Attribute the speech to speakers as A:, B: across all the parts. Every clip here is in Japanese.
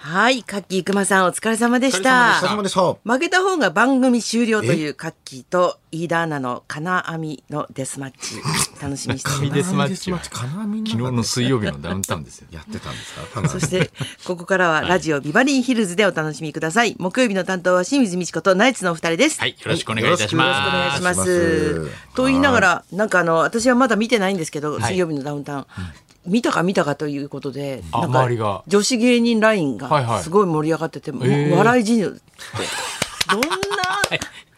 A: はい、カッキーくまさんお疲れ様でし
B: お疲れ様
A: た。
B: でした
A: 負けた方が番組終了というカッキーと飯田アナの金網のデスマッチ楽しみにしており
C: 神
A: ま
C: デ
A: す。
C: スマッチは
B: かなみんな
C: 昨日の水曜日のダウンタウンですよ。
B: やってたんですかかな
A: そしてここからはラジオビバリーヒルズでお楽しみください。木曜日の担当は清水美智子とナイツのお二人です。
C: はい、よろしくお願いいたし
A: よろしくお願い
C: ま
A: し
C: す。
A: ま
B: お
A: す
B: 願いします。
A: と言いながら、なんかあの、私はまだ見てないんですけど、水曜日のダウンタウン。見たか見たかということで、
C: あ
A: なんか
C: 周りが
A: 女子芸人ライン
C: はいは
A: が
C: い
A: すごい盛り上がってて、も
C: え
A: う
C: ー
A: 笑い人って。どんな、
C: い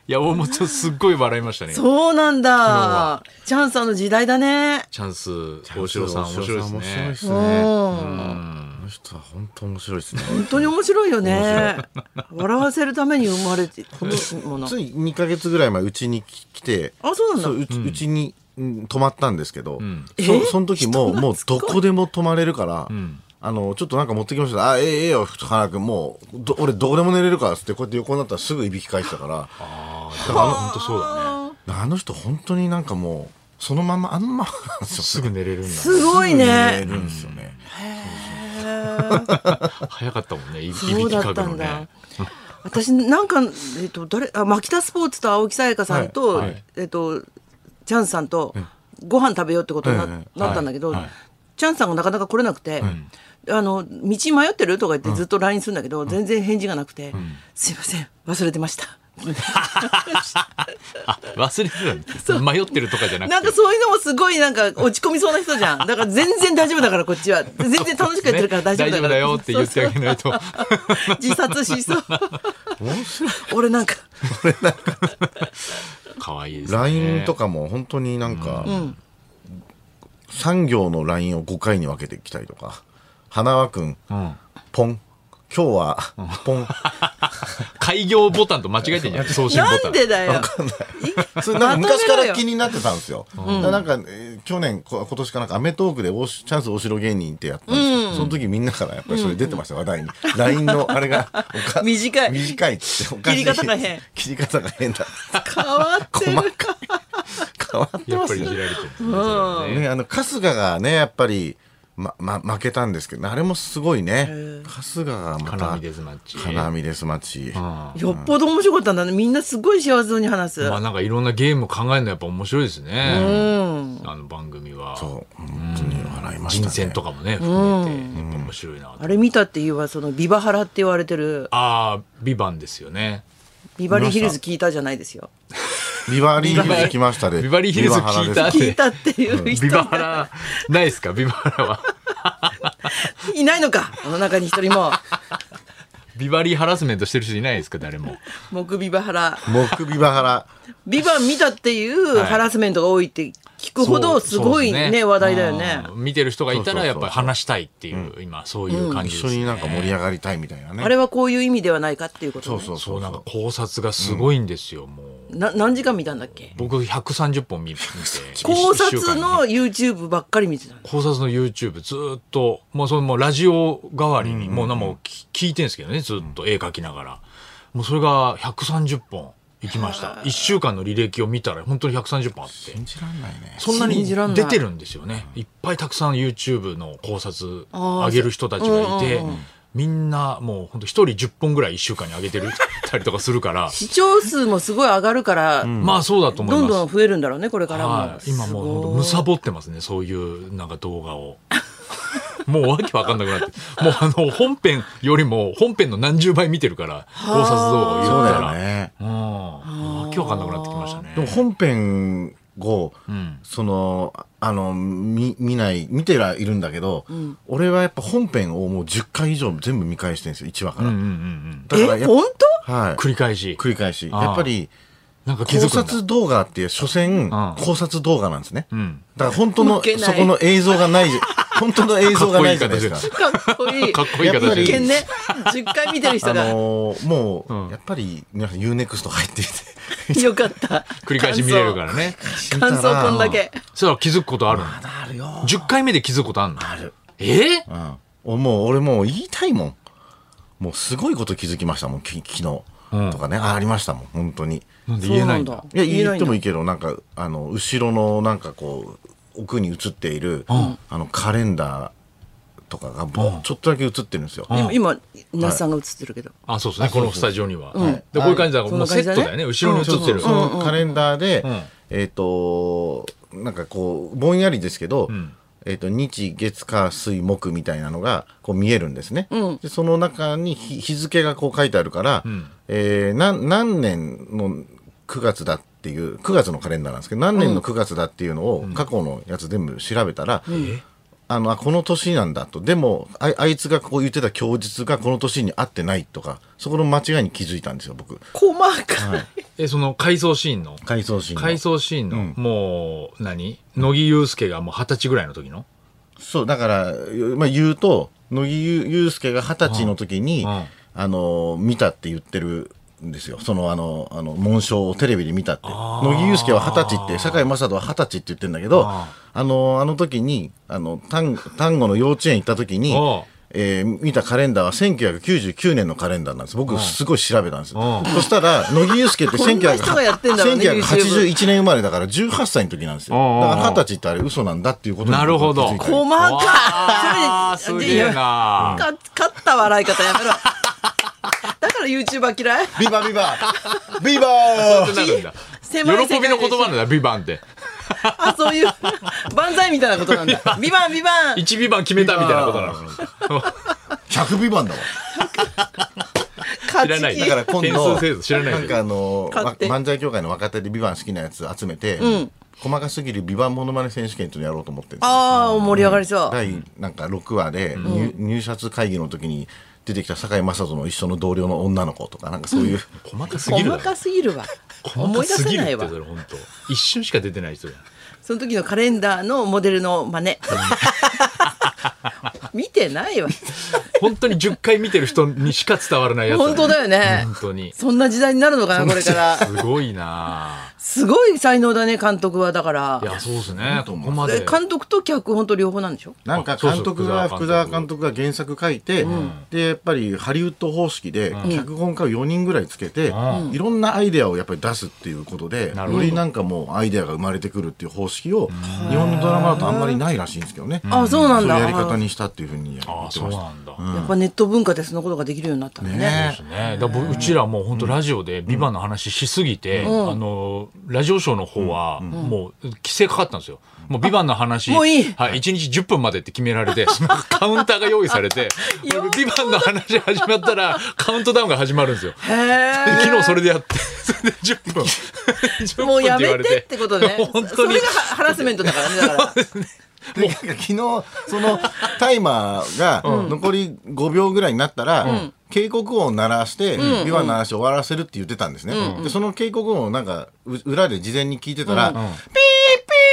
C: や、大本すっごい笑いましたね。
A: そうなんだ
C: は。
A: チャンさんの時代だね。
C: チャンス、大城さん、面白いです
B: 面白い
C: ね
B: で。す
A: うん
B: ね
A: 本
B: この人は本当面白いですね
A: 当に面白いよね。笑わせるために生まれて、このもの。
B: つい2か月ぐらい前うちに来て
A: あ、そうな
B: そうん
A: だ。
B: うちうちにうん泊まったんですけど、
C: ん
B: そ
A: え
B: その時ももうどこでも泊まれるから、あのちょっとなんか持ってきましたあええええよ花君もうど俺どこでも寝れるからっつってこうやって横になったらすぐいびき返してたから
C: あーだから本当そうだね。
B: あの人本当になんかもうそのままあんまなんですよ
C: すぐ寝れるんだ。
A: すごい
B: 寝れ
A: ね。
B: るん ですよね、
A: へー
C: 早かったもんね、いいびき
A: そうだっ
C: かく
A: た
C: の
A: んだ
C: ね。。
A: 私なんかえっと誰あ牧田スポーツと青木さやかさんと、
B: はい
C: はい
A: えっとチャンさんとご飯食べようってことにな,、
B: ええ
A: なったんだけど、
C: はいはい
A: チャンさんがなかなか来れなくて。あの道迷ってるとか言ってずっと LINE するんだけど、全然返事がなくて、すいません忘れてました
C: あ、忘れてたんだ。迷ってるとかじゃな
A: なん
C: く
A: か
C: て。
A: そういうのもすごいなんか落ち込みそうな人じゃんだから全然大丈夫だからこっちは全然楽しくやってるから大丈夫だから、
C: ねよって言ってあげないと。
A: 自殺しそう
B: 面白い
A: 俺なんか
C: 可愛いですね。
B: LINE とかも本当になんか、産業の LINE を5回に分けてきたりとか花輪君、
C: ん
B: ポン今日は、ポン
C: 開業ボタンと間違えてんじゃない送信ボタン。
A: なんでだよ
B: それなんか昔か
A: まとめろよ
B: ら気になってたんですよ。なんか、えー去年、こ今年かなんか、アメトークでおしチャンス大城芸人ってやったんですけど、その時みんなからやっぱりそれ出てました、話題に。LINE のあれが、おか
A: 短い
B: 短いっつって、おかし
A: 切
B: い。
A: り方が変。
B: 切り方が変だ。
A: 変わってる
B: 細かい。変わって
C: や
B: ま
C: っぱ
B: す
C: りい
B: よ
C: じられてる。
B: ね。あの、春日がね、やっぱり、ま、ま、負けたんですけど、あれもすごいね。春日がまた、
C: 金網デスマッチ
B: 金網デスマッチ。
A: よっぽど面白かったんだね。みんなすごい幸せそうに話す。
C: まあなんかいろんなゲーム考えるのやっぱ面白いですね。あの番組は。
B: そう、本当に笑いました、ね。
C: 人選とかもね、含めて、やっぱ面白いなと。
A: あれ見たって言えば、そのビバハラって言われてる、
C: ああ、ビバンですよね。
A: ビバリーヒルズ聞いたじゃないですよ。
B: ビバリーヒルズ来ましたで。
C: ビバリーヒルズ聞いた
B: ビバハラです
A: 聞いたっていう人
C: ビバハラ、ないですかビバハラは。
A: いないのか。この中に一人 も。
C: ビバリーハラスメントしてる人いないですか誰も。
A: 木ビバハラ。
B: 木ビバ ハラ。
A: ビバン見たっていう
C: はい
A: ハラスメントが多いって聞くほどすごい
C: そうです
A: ね、話題だよね。
C: うん見てる人がいたらやっぱり
B: そうそうそうそう
C: 話したいっていう、今そういう感
B: 一
C: じです
B: 緒
C: ね。
B: になんか盛り上がりたいみたいなね。
A: あれはこういう意味ではないかっていうこと
B: そ
A: ね。
B: うそうそ。
C: そうう、なんか考察がすごいんですよ、もう。
A: な何時間見たんだっけ
C: 僕130本見見て。
A: 考
C: 一週間
A: 察
C: に
A: の YouTube ばっかり見てたの。
C: 考察の YouTube ずーっと、もうそのもうラジオ代わりに、もうなんかもうき聞いてんですけどね、ずっと絵描きながら。もうそれが130本行きました。1週間の履歴を見たら本当に130本あって。
B: 信じらんないね。
C: そんなに
A: 信じらんない
C: 出てるんですよね。いっぱいたくさん YouTube の考察上げる人たちがいて、みんなもう本当一人10本ぐらい1週間に上げてるたりとかす るから、
A: 視聴数もすごい上がるから、
C: まあそうだと思い
A: ど
C: ます。
A: んどん増えるんだろうね、これからも
C: は。い、今もう本当む
A: すご
C: さぼってますねそういうなんか動画を もうわけわかんなくなってもうあの本編よりも本編の何十倍見てるから考察動画を言
B: そ
C: っ
B: うだ
C: た
B: よ
C: ら、
B: ね。
C: うん、もうわけわかんなくなってきましたね
B: でも本編を、その、あの、見、見ない、見てはいるんだけど、俺はやっぱ本編をもう10回以上全部見返してるんですよ、1話から。
C: うんうんうんうん
B: だから
A: え、
B: やっ
A: 本当
B: ぱ、はい。
C: 繰り返し
B: 繰り返し。
C: あー
B: やっぱり、
C: なんか気づ
B: 考
C: くんだ
B: 察動画って、所詮、考察動画なんですね。
C: ん
B: だから本当の、
A: 負けない
B: そこの映像がない、本当の映像がないじゃないですか。
A: かっこいい。
C: かっこいい
B: やっぱ
C: 形
B: り
A: 一
C: で
A: 見ね、10回見てる
B: あ
A: 人 が、
B: のーもう、やっぱり皆さん UNEXT 入ってきて
A: よかった。
C: 繰り返し見れるからね
A: 感想。感想こんだけ。
C: そしたら気づくことあるの
B: あるよ、
C: 10回目で気づくことあるのあるえー
B: うんおもう俺もう言いたいもんもうすごいこと気づきましたもんき昨日とかね、あありましたもん本当に
C: なんで言えないんだ
A: そうなん
B: いや
A: 言え
B: 言
A: ない
B: っ
A: ん
B: て
A: だ
B: もいいけどなんかあの後ろのなんかこう奥に映っている、あのカレンダーとかがぼちょっとだけ映ってるんですよ。
A: 今今那須さんが映ってるけど、
C: あ、そうですね。このスタジオには。はいで、
B: あ
C: こういう感じだか
A: そん
C: ら、もう
A: な
C: セ
A: 感じだ
C: ット
A: ね
C: だよね。後ろに映ってる。
B: そのカレンダーで、
C: ん
B: えっ、となんかこうぼんやりですけど、
C: ん
B: えっと日月火水木みたいなのがこう見えるんですね、
A: うん
B: でその中に日日付がこう書いてあるから、
C: ん
B: えーなん何年の9月だっていう9月のカレンダーなんですけど何年の9月だっていうのを過去のやつ全部調べたら、あのあこの年なんだとでもああいつがこう言ってた供述がこの年に合ってないとかそこの間違いに気づいたんですよ僕
A: 細かい、
C: え、その回想シーンの。
B: 回想シーンの
C: 回想シーンの、
B: うん
C: もう、何乃木祐介がもう二十歳ぐらいの時の。
B: そう、だから、ゆまあ、言うと、乃木ゆ祐介が二十歳の時に、
C: うんうん
B: あの、見たって言ってるんですよ。その、あの、あの、紋章をテレビで見たって。
C: あー
B: 乃木祐介は二十歳って、堺雅人は二十歳って言ってるんだけど、
C: あ
B: あの、あの時に、あの、単単語の幼稚園行った時に
C: あー、
B: えー見たカレンダーは1999年のカレンダーなんです。僕、すごい調べたんです。
C: ん
B: そしたら、乃木祐介って
A: こんな人がやってんだろうね
B: 1981年生まれだから18歳の時なんですよ。
C: うんうんうん
B: だから二十歳ってあれ嘘なんだっていうことに
C: なるほど
B: 気づいたり
A: 細か
C: あ
A: い
C: ーすげえな。
A: か勝った笑い方やめろだから YouTuber 嫌い
B: ビバビバビバ
C: そうなるんだ
A: 狭い世界で
C: 喜びの言葉なんだ、ビバンって。
A: あそういう万歳みたいなことなんだビバンビバン
C: 一ビバン決めたみたいなことなの。
B: !100 ビバンだわ。
A: 勝
C: 知らない
A: ち
C: だ
B: だ
A: 気
B: から今
C: 点
B: 度
C: 数制度知らないけど
B: なんかあの
A: 勝手
B: わ漫才協会の若手でビバン好きなやつ集めて、細かすぎるビバンモノマネ選手権っていうのやろうと思ってるんですよ
A: ああ盛り上がりそう、
B: 第なんか6話で、入入札会議の時に出てきた堺雅人の一緒の同僚の女の子とかなんかそういう、
C: 細かすぎるだ
A: 細
C: ろ。
A: かすぎるわ
C: 細
A: 思
C: か
A: い出
C: す
A: せ
C: ぎるっ
A: な
C: て
A: い
C: そ
A: わ
C: れ本当。一瞬しか出てない人だよ。
A: その時のカレンダーのモデルの真似 見てないわ
C: 本当に10回見てる人にしか伝わらないやつね
A: 本当だよね
C: 本当に
A: そんな時代になるのかなこれから
C: すごいな
A: すごい才能だね監督はだから
C: いやそうですねここま
A: え
C: で
A: 監督と脚本と両方なんでしょ
B: なんか監督が福沢監督が原作書いて、でやっぱりハリウッド方式で脚本家を4人ぐらいつけて、いろんなアイデアをやっぱり出すっていうことで、
C: なるほ
B: よ
C: ど
B: りなんかもうアイデアが生まれてくるっていう方式を、日本のドラマだとあんまりないらしいんですけどね、
A: あそうな
B: そ
A: ん
B: う
A: だ
B: いうやり方にしたっていうふうに言って
C: あ
B: ま
C: あ
B: し
C: そう
B: た。
C: なんだ、
A: あーやっぱネット文化でそのことができるようになったんだね
B: ね
C: そうですね、だから僕うちらもう本当ラジオで「ビバンの話しすぎて、あのラジオショーの方はもう規制かかったんですよ。もう「ビバンの話
A: あもういい
C: はい、1日10分までって決められてそのカウンターが用意されて「ビ
A: よっ
C: バンの話始まったらカウントダウンが始まるんですよ。
A: へえ
C: 昨日それでやって、それで10分。10分
A: もうやめてってことね
C: 本
A: そ
C: 当に
A: れが。ハラスメントだからねだ から
B: でなんか昨日そのタイマーが残り5秒ぐらいになったら、警告音を鳴らして、ビワの話を終わらせるって言ってたんですね、でその警告音をなんかう裏で事前に聞いてたら、ピーピー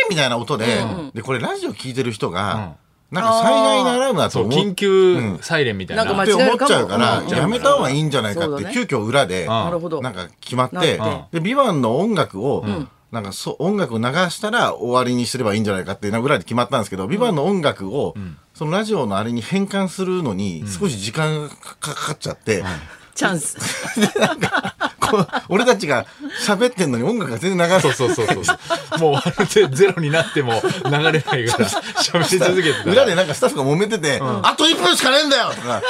B: みたいな音で,、でこれラジオ聞いてる人が、なんか災害のアラームだと
C: そう、
B: 思
C: 緊
B: っ
C: 急サイレンみたいな。
A: なんかま
B: って思っちゃうか
A: 間
B: ら、
A: 違えるかもうん
B: やめた方がいいんじゃないか
A: そ
B: っ
A: う
B: て、
A: だね
B: 急遽裏で、
A: なるほど
B: なんか決まっ
A: なって
B: て、で、ビバンの音楽を、なんかそう音楽を流したら終わりにすればいいんじゃないかっていうのぐらいで決まったんですけど、ビバンの音楽を、そのラジオのあれに変換するのに少し時間がかかっちゃって、
A: チャンス
B: こう俺たちが喋ってんのに音楽が全然流れ
C: そ
B: な
C: う
B: い。
C: そうそうそう。もうあれでゼロになっても流れないから、喋り続けてたら。
B: 裏でなんかスタッフが揉めてて、あと1分しかねえんだよとか、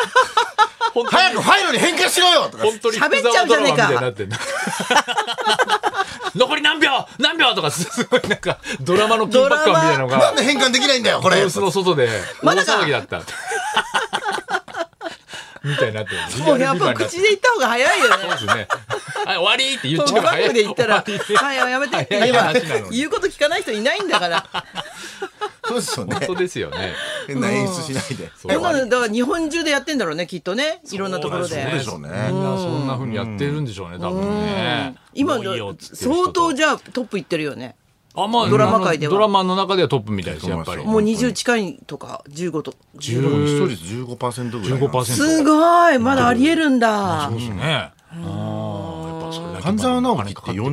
C: 本当に、
B: 早くファイルに変換しろよとか、
C: 本当に
A: 喋っちゃうじゃねえか
C: 福沢ドラマみたいになってんの 残り何秒何秒とか、す ごいなんか、ドラマの緊迫感みたいなの
B: な
C: が
B: ん、で変換できないんだよこれ
C: ブースの外で、大
A: まだか
C: 騒ぎだった。 みたいになってるんです
A: もうやっぱ口で言った方が早いよね
C: そうで すね。はい、終わりって言っ
A: ト
C: ちゃ
A: ム
C: う
A: バックで言ったら「
C: 終わ
A: はいやめて」って
C: 早
A: 言
C: い
A: えば
C: 話なのに
A: 言うこと聞かない人いないんだから
B: そうですよ
C: り
B: ね
C: 本当ですよね。
B: 変な演出しないで。
C: そう
A: こんなのだから日本中でやってんだろうねきっとねいろんなところで
B: そうでしょうね
C: みんなそんな風にやってるんでしょうね、多分ね。
A: 今
C: もういいよっつってる人
A: 相当
C: と
A: じゃあトップいってるよね
C: あ、まあ、
A: ドラマ界では
C: ドラマの中ではトップみたいです、やっぱり。
B: そう
A: もう
B: 本当
A: 20
B: に
A: 近いとか15と
B: で
C: 10
B: も視聴率15%ぐらいなんですよ。
C: 15%。
A: すごいまだありえるんだ
C: そうですね。うんやっぱそれだけ
B: 半沢直樹っ
C: お
B: て
C: 金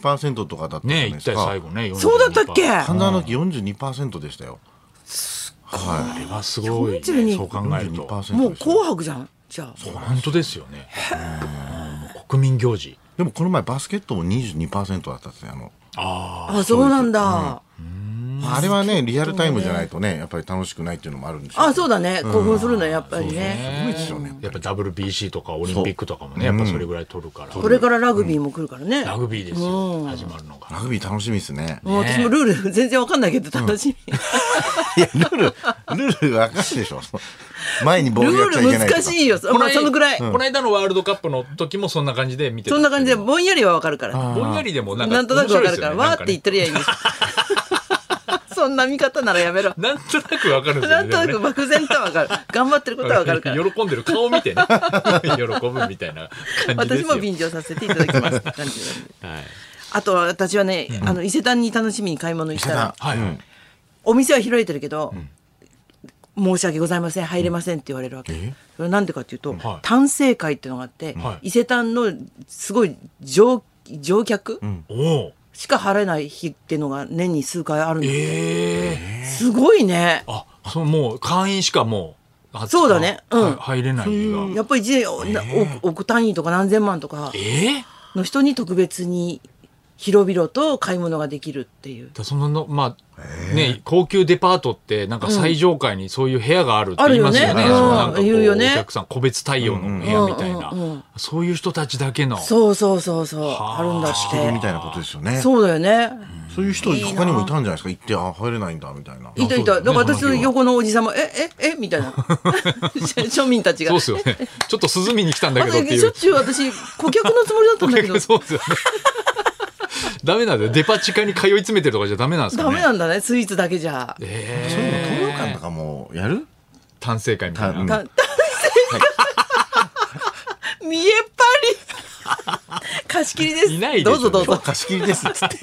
C: かかってるから
B: 42%とかだったじゃな
C: ね
B: いで
C: 一
B: す
C: 体
B: か。
C: 最後ね。42
A: そうだったっけ
B: 半沢直樹42%でしたよ。は
C: あれはすごいね。
A: 42
C: そう考
B: い。
C: えると。
B: 42%
A: もう
B: で
A: 「
B: したよ
A: 紅白」じゃんじゃあ
C: 本当ですよね。うん国民行事。
B: でもこの前バスケットも22%だったんですね。あの
C: ああ。
A: あそうなんだ
B: まああれはねリアルタイムじゃないとねやっぱり楽しくないっていうのもあるんでしょ
A: あそううだね興奮するねやっぱり
B: す
A: ね
B: ごいですよね
C: やっぱ WBC とかオリンピックとかもねやっぱそれぐらい取るから、
A: これからラグビーも来るからね
C: ラグビーですよ、始まるのが
B: ラグビー楽しみですね
A: もう私もルール全然わかんないけど楽しみ
B: いやルールルール分かるでしょ前にボー
A: ル
B: ルやっちゃい
A: ー
B: け
A: ル
B: ない
A: 難しいよそ,、まあ、そのぐらい、
C: この間のワールドカップの時もそんな感じで見てた
A: そんな感じでぼんやりはわかるからね
C: ぼんやりでもなんか
A: なんとなくわかるから、わーって言っ
C: と
A: てりゃいいんですそんな見方ならやめろ
C: なんとなくわかるんですよ
A: な
C: ね
A: んとなく漠然とわかる頑張ってることはわかるから
C: 喜んでる顔を見て ね喜ぶみたいな感じです
A: 私
C: よ
A: も便乗させていただきますって感じなんで
C: はい、
A: あとは私はね、あの伊勢丹に楽しみに買い物にしたら
C: はい
B: うん
A: お店は開いてるけど、申し訳ございません入れませんって言われるわけ、それはなんでかっていうと、
C: はい
A: 丹精会っていうのがあって、
C: は
A: 伊勢丹のすごい乗乗客
C: おお
A: しか払えない日っていうのが年に数回あるんです、
C: ええ
A: すごいね
C: あそのもう会員しかもう
A: そうだねうん
C: は入れない日が
A: やっぱり一年、な億億単位とか何千万とか
C: ええ
A: の人に特別に広々と買い物ができるっていう
C: だそののまあ、ね高級デパートってなんか最上階にそういう部屋があるって言いますよね,、
A: あるよね
C: そう
A: うん
C: なんかこ
A: 言うよね
C: お客さん個別対応の部屋みたいな、
A: うんうんうん
C: そういう人たちだけの
A: そうそうそうそう
C: はあ
A: あるんだ
B: 仕
A: っ
B: 切りみ
A: て
B: たいなことですよね
A: そうだよね
B: そういう人他にもいたんじゃないですか行ってあ入れないんだみたいない
A: たい
C: そ
A: た
C: う
A: だ
C: だ
A: か
C: よ
A: ら
C: ね
A: 私の横のおじさんも「えええみ たいな庶民たちが
C: そうっすよ ねちょっと涼みに来たんだけどって
A: あ
C: い
A: しょ
C: う
A: っちゅう私顧客のつもりだったんだけど
C: そうですよね ダメなんだよデパ地下に通い詰めてるとかじゃダメなんですかね
A: ダメなんだねスイーツだけじゃ
C: え
B: そう
C: え
B: いうの東洋館とかもやる
C: 単成会みたいな、
B: 単
A: た男性見えっぱり 貸し切りです
C: いないでしょ
A: どうぞどうぞ
B: 貸し切りですっつって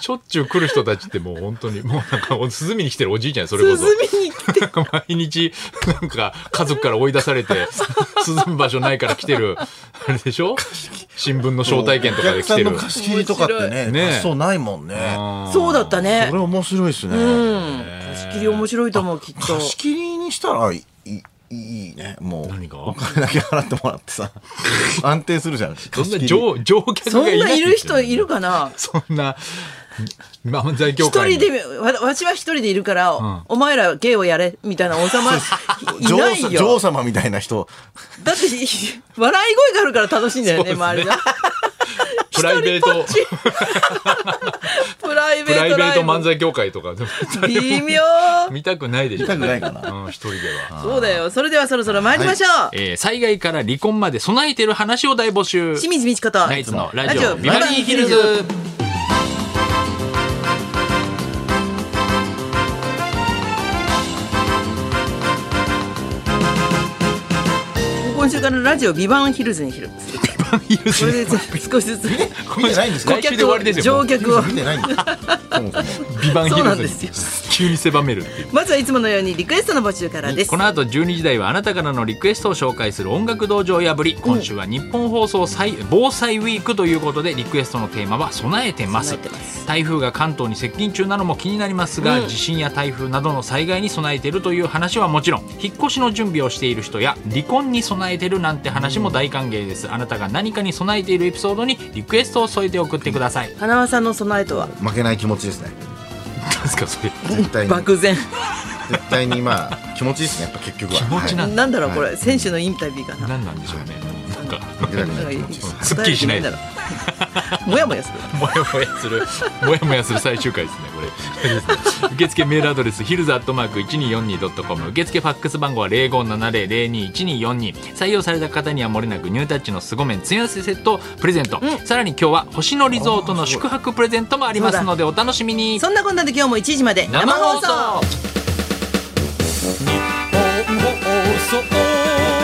C: しょっちゅう来る人たちってもう本当にもうなんか涼みに来てるおじいちゃんそれこそ
A: 涼みに来て
C: なんか毎日なんか家族から追い出さ れて涼む場所ないから来てるあれでしょ新聞の招待券とかで来て
B: お
C: る
B: 客さんの貸し切りとかってね
C: ね
B: 発想ないもんね
A: そうだったね
B: それ面白いですね、
A: うん貸し切り面白いと思うきっと
B: 貸し切りにしたらいいいいねもう
C: 何が
B: お金だけ払ってもらって さ安定するじゃん
C: そんな
B: 貸し切り
C: 乗乗客
A: そ
C: が
A: ん
C: いな
A: ないいる人いるかな
C: そんな漫才協
A: 一
C: 会に
A: 人でわわしは一人でいるから、
C: ん
A: お前ら芸をやれみたいな王様い
B: 女王
A: ない
B: さ女
A: よ
B: 王様みたいな人
A: だってひ笑い声があるから楽しいんだよね
C: そう
A: 周
C: で
A: り
C: すね
A: が
C: プライベート
A: プライ
C: プ
A: ベ
C: ラ
A: ー
C: イベ
A: ト
C: ー
A: ラ
C: ト
A: イブ
C: 漫才協会とかでも
A: 微妙
C: 見たくないでしょ
B: 見たくない かな
C: うん一人では、
A: そうだよそれではそろそろ参りましょう、
C: えー災害から離婚まで備えてる話を大募集
A: 清水美智子と
C: ナイツのラジ
A: ラジ
C: オ
A: オ
C: ビバリーヒルズ。
A: 今週からラジオビバンヒルズにヒルズそれで少しずつ
B: 見てないんですか
A: 顧
C: 来週で終
A: 客を
C: わりですよ
A: 乗客を
B: 見てないんですかそもそも
C: ビバンヒ
A: そうな
C: ル
A: んです
C: ズ
A: よ
C: に急に狭めるっていう
A: まずはいつものようにリクエストの募集からです
C: この後12時台はあなたからのリクエストを紹介する音楽道場破り今週は日本放送災防災ウィークということでリクエストのテーマは備えてます
A: 備えてます
C: 台風が関東に接近中なのも気になりますが、地震や台風などの災害に備えているという話はもちろん引っ越しの準備をしている人や離婚に備えてるなんて話も大歓迎ですあなたが何かに備えているエピソードにリクエストを添えて送ってくださ い
A: 花輪さんの備えとは
B: 負けない気持ちですね
C: 何ですかそれ
B: 絶対に
A: 漠然
B: 絶対にまあ気持ちいいですねやっぱ結局は
C: 気持ちな
B: は
C: ん
A: なんだろう
B: はい
A: これ選手のインタビューかな
C: 何なんでしょうねなんか
B: い負けたくない気持ちで
C: す
B: す
C: っきりしない
A: 答えてもいいんだ ろうもやもやする
C: もやもやする、もやもやする最終回ですね、 これ。受付メールアドレス、ヒルズアットマーク一二四二ドットコム、受付ファックス番号は零五七零零二一二四二。採用された方にはもれなくニュータッチの凄麺詰め合わせセットをプレゼント。さらに今日は星野リゾートの宿泊プレゼントもありますので、お楽しみに。
A: そんなこんなで今日も1時まで生放送
C: 日本放送